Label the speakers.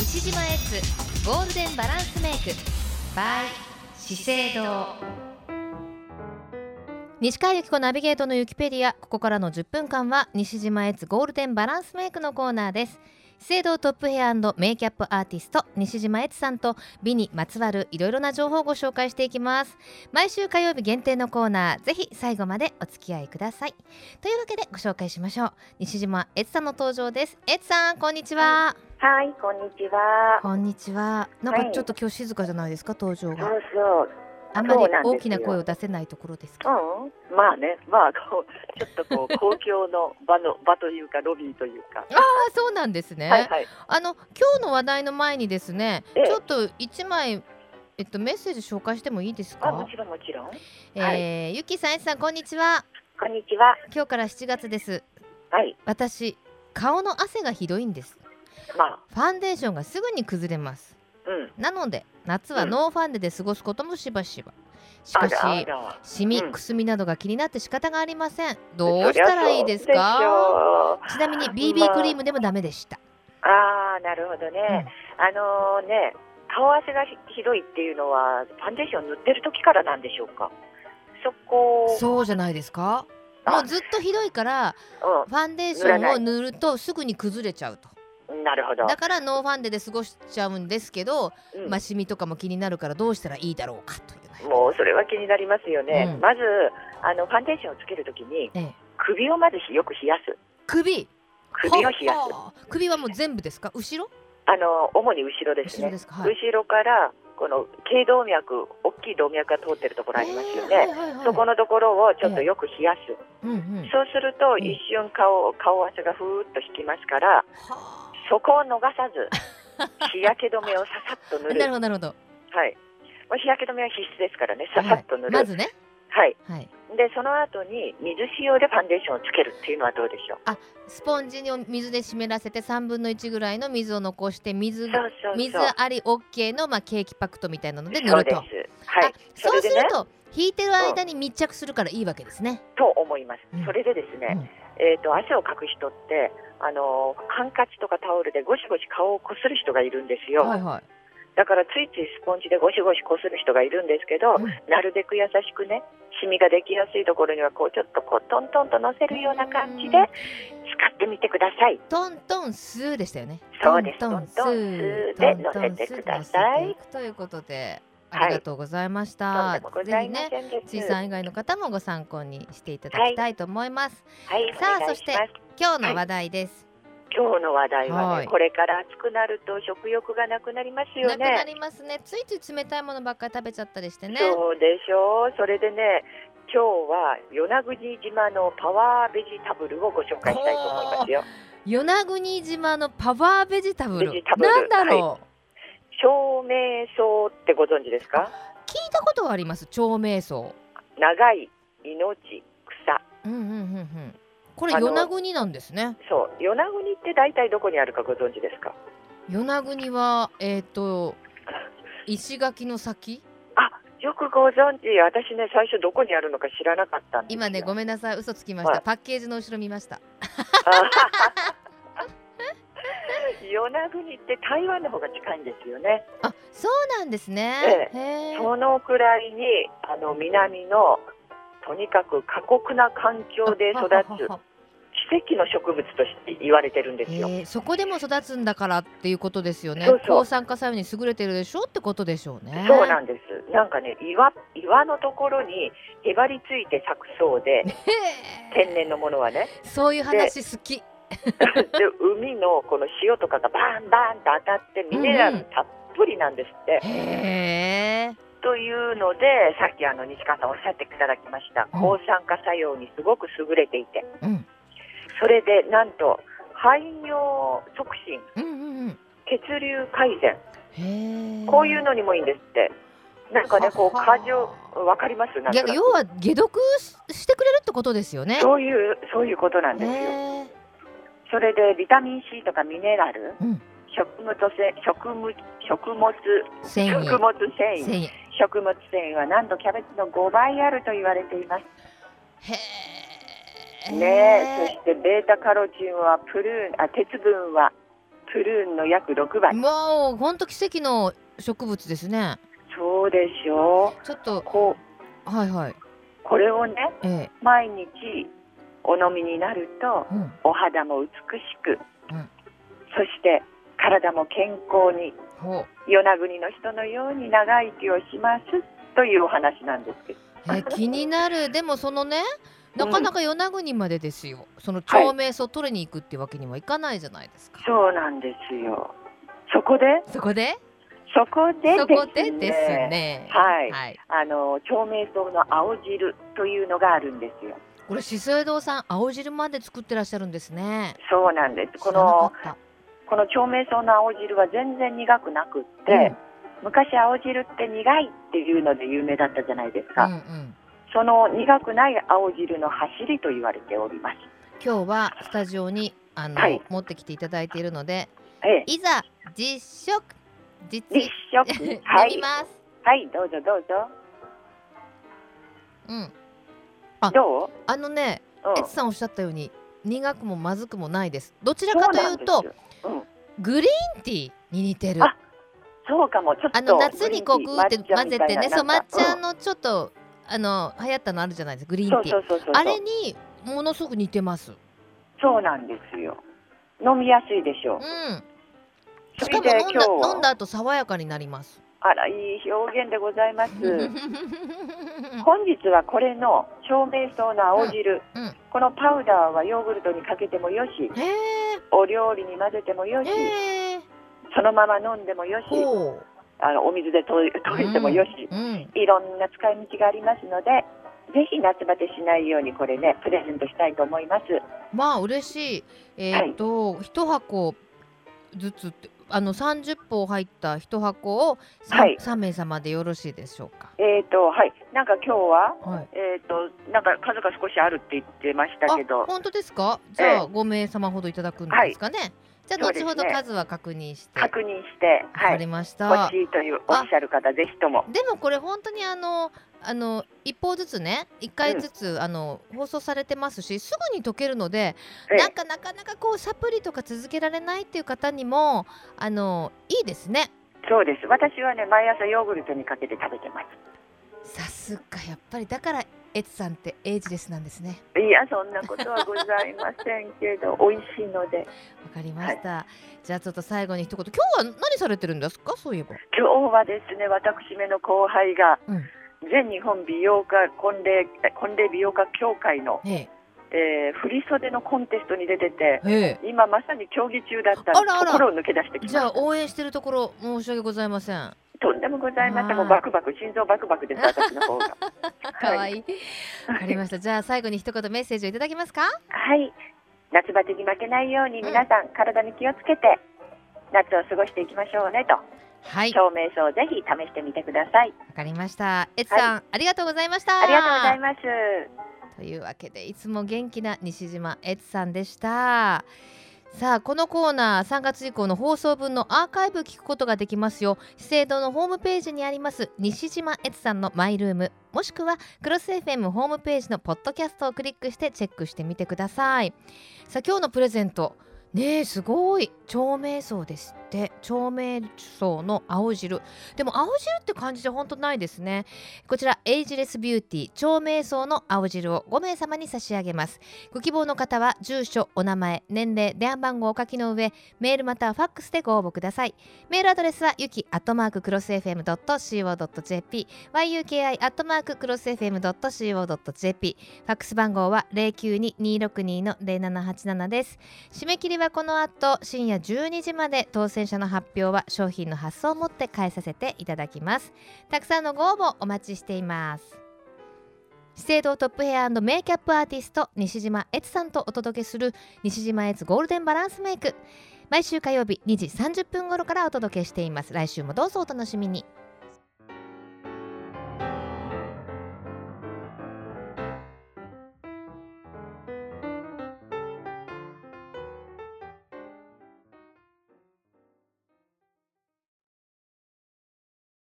Speaker 1: 西島エッツゴールデンバランスメイク by 資生堂西川由紀子ナビゲートのユキペディアここからの10分間は西島エッツゴールデンバランスメイクのコーナーです資生堂トップヘアメイキャップアーティスト西島悦さんと美にまつわるいろいろな情報をご紹介していきます毎週火曜日限定のコーナーぜひ最後までお付き合いくださいというわけでご紹介しましょう西島悦さんの登場です悦さんこんにちは
Speaker 2: はい、こんにちは。
Speaker 1: こんにちはなんか
Speaker 2: はい
Speaker 1: ちょっと今日静かじゃないですか登場
Speaker 2: そ
Speaker 1: が
Speaker 2: うそう。
Speaker 1: あんまり
Speaker 2: そうなんですよ
Speaker 1: 大きな声を出せないところですか
Speaker 2: うん、まあね、まあこうちょっとこう公共の場の場というかロビーというか。
Speaker 1: あそうなんですね、
Speaker 2: はいはい。
Speaker 1: あの今日の話題の前にですね、
Speaker 2: ええ
Speaker 1: ちょっと一枚えっとメッセージ紹介してもいいです
Speaker 2: あ、
Speaker 1: か
Speaker 2: もちろんもちろん。はい
Speaker 1: えー、ゆきさん、えつさん、こんにちは。
Speaker 2: こんにちは。
Speaker 1: 今日から7月です。
Speaker 2: はい。
Speaker 1: 私、顔の汗がひどいんです。
Speaker 2: まあ、
Speaker 1: ファンデーションがすぐに崩れます。
Speaker 2: うん。
Speaker 1: なので、夏は
Speaker 2: うん
Speaker 1: ノーファンデで過ごすこともしばしば。しか
Speaker 2: あ
Speaker 1: し、
Speaker 2: らあら。
Speaker 1: シミ、
Speaker 2: うん
Speaker 1: くすみなどが気になって仕方がありません。どうしたらいいです
Speaker 2: そりゃ
Speaker 1: か
Speaker 2: そうでしょう
Speaker 1: ちなみに
Speaker 2: ま
Speaker 1: BB
Speaker 2: あ
Speaker 1: クリームでもダメでした。
Speaker 2: ああ、なるほどね。あのね、顔汗がひひどいっていうのはファンデーション塗ってる時からなんでしょうか。そこ。
Speaker 1: そうじゃないですかもうずっとひどいから、
Speaker 2: う
Speaker 1: ファンデーションを塗るとすぐに崩れちゃうと。
Speaker 2: ん。なるほど。
Speaker 1: だからノーファンデで過ごしちゃうんですけど、
Speaker 2: うん
Speaker 1: まあ、シミとかも気になるからどうしたらいいだろうかという
Speaker 2: もうそれは気になりますよね、
Speaker 1: うん
Speaker 2: まずあのファンデーションをつけるときに
Speaker 1: ええ
Speaker 2: 首をまずよく冷やす
Speaker 1: 首
Speaker 2: 首を冷やす
Speaker 1: はあ首はもう全部ですか後ろ
Speaker 2: あの主に後ろです
Speaker 1: 後ろ
Speaker 2: ね
Speaker 1: ですか、
Speaker 2: 後ろ,、
Speaker 1: はい、
Speaker 2: からこの頸動脈大きい動脈が通ってるところありますよ
Speaker 1: ええ
Speaker 2: ね、
Speaker 1: はいはいはい
Speaker 2: そこのところをちょっとよく冷やす、
Speaker 1: うんうん
Speaker 2: そうすると
Speaker 1: ん
Speaker 2: 一瞬顔顔汗がふーっと引きますから
Speaker 1: は
Speaker 2: そこを逃 さず日焼け止めをささっと
Speaker 1: あ
Speaker 2: 塗る
Speaker 1: なるほどなるほど
Speaker 2: はいもう日焼け止めは必須ですからねささっと塗る、
Speaker 1: は
Speaker 2: は
Speaker 1: ま
Speaker 2: いい
Speaker 1: ずねはい
Speaker 2: でその後に水仕様でファンデーションをつけるっていうのはどうでしょう
Speaker 1: スポンジに水で湿らせて3分の1ぐらいの水を残して水
Speaker 2: そうそうそう
Speaker 1: 水あり OK の、まあ、ケーキパックトみたいなので塗
Speaker 2: そう
Speaker 1: る
Speaker 2: です
Speaker 1: と。
Speaker 2: はい
Speaker 1: あ、そうす
Speaker 2: で
Speaker 1: ると引いてる間に密着するからいいわけですね。
Speaker 2: と思います
Speaker 1: うん。
Speaker 2: それでですね、
Speaker 1: うん
Speaker 2: えっ、と汗をかく人ってあのーハンカチとかタオルでゴシゴシ顔をこする人がいるんですよ。
Speaker 1: はいはい。
Speaker 2: だからついついスポンジでゴシゴシこする人がいるんですけど、
Speaker 1: うん
Speaker 2: なるべく優しくね、シミができやすいところにはこうちょっとこうトントンと乗せるような感じで使ってみてください。
Speaker 1: トントンスーでしたよね。
Speaker 2: そうです
Speaker 1: トントンスー。
Speaker 2: トントンスーで乗せてくださ
Speaker 1: ト
Speaker 2: い
Speaker 1: ントンスーで乗せてくということで、
Speaker 2: はい
Speaker 1: ありがとうございました。
Speaker 2: とんでもございま
Speaker 1: ぜ
Speaker 2: せんです。
Speaker 1: ひね、ついさん以外の方もご参考にしていただきたいと思います。
Speaker 2: はい、
Speaker 1: さあ
Speaker 2: お願いします
Speaker 1: そ今日の話題です。
Speaker 2: 今日の話題はね、
Speaker 1: はい
Speaker 2: これから暑くなると食欲がなくなりますよ
Speaker 1: なくな
Speaker 2: ね。
Speaker 1: りますね。ついつい冷たいものばっかり食べちゃったりしてね。
Speaker 2: そうでしょう。それでね、今日は与那国島のパワーベジタブルをご紹介したいと思いますよ。
Speaker 1: 与那国島のパワーベジタブル。
Speaker 2: ベジタブル
Speaker 1: なんだろう。
Speaker 2: 照明草ってご存知ですか？
Speaker 1: 聞いたことはあります。長命草。
Speaker 2: 長い命草。
Speaker 1: うんうんうんうん。これ
Speaker 2: あの
Speaker 1: 与那国なんですね。
Speaker 2: そう、与那国って大体どこにあるかご存知ですか？
Speaker 1: 与那国はえっ、と石垣の先。
Speaker 2: よくご存知。私ね、最初どこにあるのか知らなかったんですよ。
Speaker 1: 今ねごめんなさい嘘つきました、
Speaker 2: はい
Speaker 1: パッケージの後ろ見ました
Speaker 2: 与那国って台湾の方が近いんですよね。
Speaker 1: あそうなんですね、へえ
Speaker 2: そのくらいにあの南のとにかく過酷な環境で 育つ
Speaker 1: ははは
Speaker 2: 奇跡の植物として言われてるんですよ。
Speaker 1: へえそこでも育つんだからっていうことですよね
Speaker 2: そうそう
Speaker 1: 抗酸化作用に優れてるでしょってことでしょうね
Speaker 2: そうなんんです。なんかね岩岩のところにへばりついて咲くそうで天然のものはね。
Speaker 1: そういう話好き
Speaker 2: で海のこの塩とかがバンバンと当たってミネラルたっぷりなんですって。
Speaker 1: へえ
Speaker 2: というのでさっきあの西川さんおっしゃっていただきました
Speaker 1: うん
Speaker 2: 抗酸化作用にすごく優れていて。
Speaker 1: うん
Speaker 2: それでなんと排尿促進
Speaker 1: うんうんうん
Speaker 2: 血流改善
Speaker 1: へえ
Speaker 2: こういうのにもいいんですってなんかねこう
Speaker 1: はは
Speaker 2: 過剰わかりますなんと
Speaker 1: 逆
Speaker 2: な
Speaker 1: に
Speaker 2: く
Speaker 1: 要は解毒ししてくれるってことですよね
Speaker 2: そういうそういうことなんですよ、
Speaker 1: へえ
Speaker 2: それでビタミン C とかミネラル、
Speaker 1: うん
Speaker 2: 食物せ食物食物
Speaker 1: 繊維
Speaker 2: 食物繊維
Speaker 1: 繊維
Speaker 2: 食物繊維はなんとキャベツの5倍あると言われています
Speaker 1: へえ
Speaker 2: ねえそしてベータカロチンはプルーンあ鉄分はプルーンの約6倍。
Speaker 1: わお、本当奇跡の植物ですね。
Speaker 2: そうでしょ
Speaker 1: ちょっと
Speaker 2: う。、こう、
Speaker 1: はいはい、
Speaker 2: これをね、
Speaker 1: え
Speaker 2: 毎日お飲みになると
Speaker 1: え、うん、
Speaker 2: お肌も美しく、
Speaker 1: うん
Speaker 2: そして体も健康に、
Speaker 1: ほ
Speaker 2: 与那国の人のように長生きをしますというお話なんですけど。
Speaker 1: う。え、気になる、でもそのね、なかなか与那国までですよ。その
Speaker 2: はい
Speaker 1: 長命草を取りに行くってわけにはいかないじゃないですか。
Speaker 2: そうなんですよ。そこで、
Speaker 1: そこで、
Speaker 2: そこで
Speaker 1: そこでです
Speaker 2: ですね
Speaker 1: ね。
Speaker 2: はい
Speaker 1: はい。
Speaker 2: あの長命草の青汁というのがあるんですよ。
Speaker 1: これ資生堂さん、青汁まで作ってらっしゃるんですね。
Speaker 2: そうなんです。こ
Speaker 1: 知らなか
Speaker 2: の
Speaker 1: った。
Speaker 2: この長命草の青汁は全然苦くなくって、昔青汁って苦いっていうので有名だったじゃないですか。
Speaker 1: うん、うん、うん。
Speaker 2: その苦くない青汁の走りと言われております。
Speaker 1: 今日はスタジオに、あの、
Speaker 2: はい
Speaker 1: 持ってきていただいているので。
Speaker 2: ええ、
Speaker 1: いざ、実食。実。
Speaker 2: 実 食は
Speaker 1: やり
Speaker 2: い
Speaker 1: ます。
Speaker 2: はいどうぞどうぞ
Speaker 1: うん。
Speaker 2: どう？
Speaker 1: あのね、
Speaker 2: うん
Speaker 1: エツさんおっしゃったように苦くもまずくもないですどちらかという
Speaker 2: そ
Speaker 1: と
Speaker 2: なんですようん
Speaker 1: グリーンティーに似てる
Speaker 2: あそうかもちょっと
Speaker 1: あの夏にこうグーって
Speaker 2: グリーン
Speaker 1: 混
Speaker 2: テ
Speaker 1: ぜ
Speaker 2: ィー抹茶みた
Speaker 1: て
Speaker 2: い
Speaker 1: ね
Speaker 2: な
Speaker 1: そう
Speaker 2: なん
Speaker 1: 抹
Speaker 2: か
Speaker 1: 茶のちょっとあの流行ったのあるじゃないですかグリ
Speaker 2: うん
Speaker 1: ー
Speaker 2: そ
Speaker 1: ン
Speaker 2: う
Speaker 1: ティー
Speaker 2: そうそうそう
Speaker 1: あれにものすごく似てます
Speaker 2: そうなんですよ飲みやすいでしょう
Speaker 1: うん
Speaker 2: そ
Speaker 1: しか
Speaker 2: れ
Speaker 1: も飲
Speaker 2: で
Speaker 1: ん
Speaker 2: 今日
Speaker 1: だ
Speaker 2: は
Speaker 1: 飲んだ後爽やかになります
Speaker 2: あらいい表現でございます
Speaker 1: う
Speaker 2: 本日はこれの照明草の青汁、
Speaker 1: うんうん
Speaker 2: このパウダーはヨーグルトにかけてもよし
Speaker 1: んへ
Speaker 2: お料理に混ぜてもよ
Speaker 1: え
Speaker 2: し、
Speaker 1: へえ
Speaker 2: そのまま飲んでもよし
Speaker 1: ほ
Speaker 2: あのお水でと溶いてもよし、
Speaker 1: ううん
Speaker 2: いろんな使い道がありますのでぜひ夏バテしないようにこれねプレゼントしたいと思います
Speaker 1: まあ嬉しいえーっと一箱ずつってあの30本入った一箱を
Speaker 2: は
Speaker 1: 3,
Speaker 2: い
Speaker 1: 三名様でよろしいでしょうか
Speaker 2: えーとはいなんか今日は
Speaker 1: はい
Speaker 2: えーとなんか数が少しあるって言ってました
Speaker 1: あ
Speaker 2: けど
Speaker 1: 本当ですかじゃあ5名様ほどいただくんですかね、じゃあ
Speaker 2: そう
Speaker 1: 後
Speaker 2: ですね
Speaker 1: ほど数は確認してわ
Speaker 2: 確認しては
Speaker 1: か
Speaker 2: い
Speaker 1: りました、
Speaker 2: 欲しいというおっしゃる方ぜひとも
Speaker 1: でもこれ本当にあのあの一方ずつね一回ずつ、あの放送されてますしすぐに解けるので、
Speaker 2: え
Speaker 1: なんかなかなかこうサプリとか続けられないっていう方にもあのいいですね
Speaker 2: そうです私はね毎朝ヨーグルトにかけて食べてます
Speaker 1: さすがやっぱりだからエツさんってエイジレスなんですね
Speaker 2: いやそんなことはございませんけ ど美味しいので
Speaker 1: わかりました、じゃあちょっと最後に一言今日は何されてるんですかそういえば
Speaker 2: 今日はですね私めの後輩が、
Speaker 1: うん
Speaker 2: 全日本美容家婚礼婚礼美容家協会の、
Speaker 1: え
Speaker 2: えー、振り袖のコンテストに出てて
Speaker 1: ええ
Speaker 2: 今まさに競技中だった
Speaker 1: あらあら
Speaker 2: ところを抜け出してき
Speaker 1: え
Speaker 2: まし
Speaker 1: じゃあ
Speaker 2: た
Speaker 1: 応援してるところ申し訳ございません
Speaker 2: とんでもございませ
Speaker 1: あー
Speaker 2: んもうバクバク心臓バクバ クです私の方が
Speaker 1: かわいいわかりましたじゃあ最後に一言メッセージをいただけますか
Speaker 2: はい夏バテに負けないように
Speaker 1: うん
Speaker 2: 皆さん、体に気をつけて夏を過ごしていきましょうねと
Speaker 1: はいわ
Speaker 2: 照明書をぜひ試してみてください
Speaker 1: かりましたエツさん、ありがとうございました
Speaker 2: ありがとうございます
Speaker 1: というわけでいつも元気な西島悦さんでしたさあこのコーナー3月以降の放送分のアーカイブ聞くことができますよ資生堂のホームページにあります西島悦さんのマイルームもしくはクロス FM ホームページのポッドキャストをクリックしてチェックしてみてくださいさあ今日のプレゼントねえすごい長命草ですって長命草の青汁でも青汁って感じじゃ本当ないですねこちらエイジレスビューティー超瞑想の青汁を5名様に差し上げますご希望の方は住所お名前年齢電話番号をお書きの上メールまたはファックスでご応募くださいメールアドレスはゆきアットマーククロス FM.co.jp yuki アットマーククロス FM.co.jp ファックス番号は092262-0787です締め切りはこの後深夜12時まで当選者の発表は商品の発送をもって返させていただきますたくさんのご応募お待ちしています資生堂トップヘアメイキャップアーティスト西島悦さんとお届けする西島悦ゴールデンバランスメイク毎週火曜日2時30分頃からお届けしています来週もどうぞお楽しみに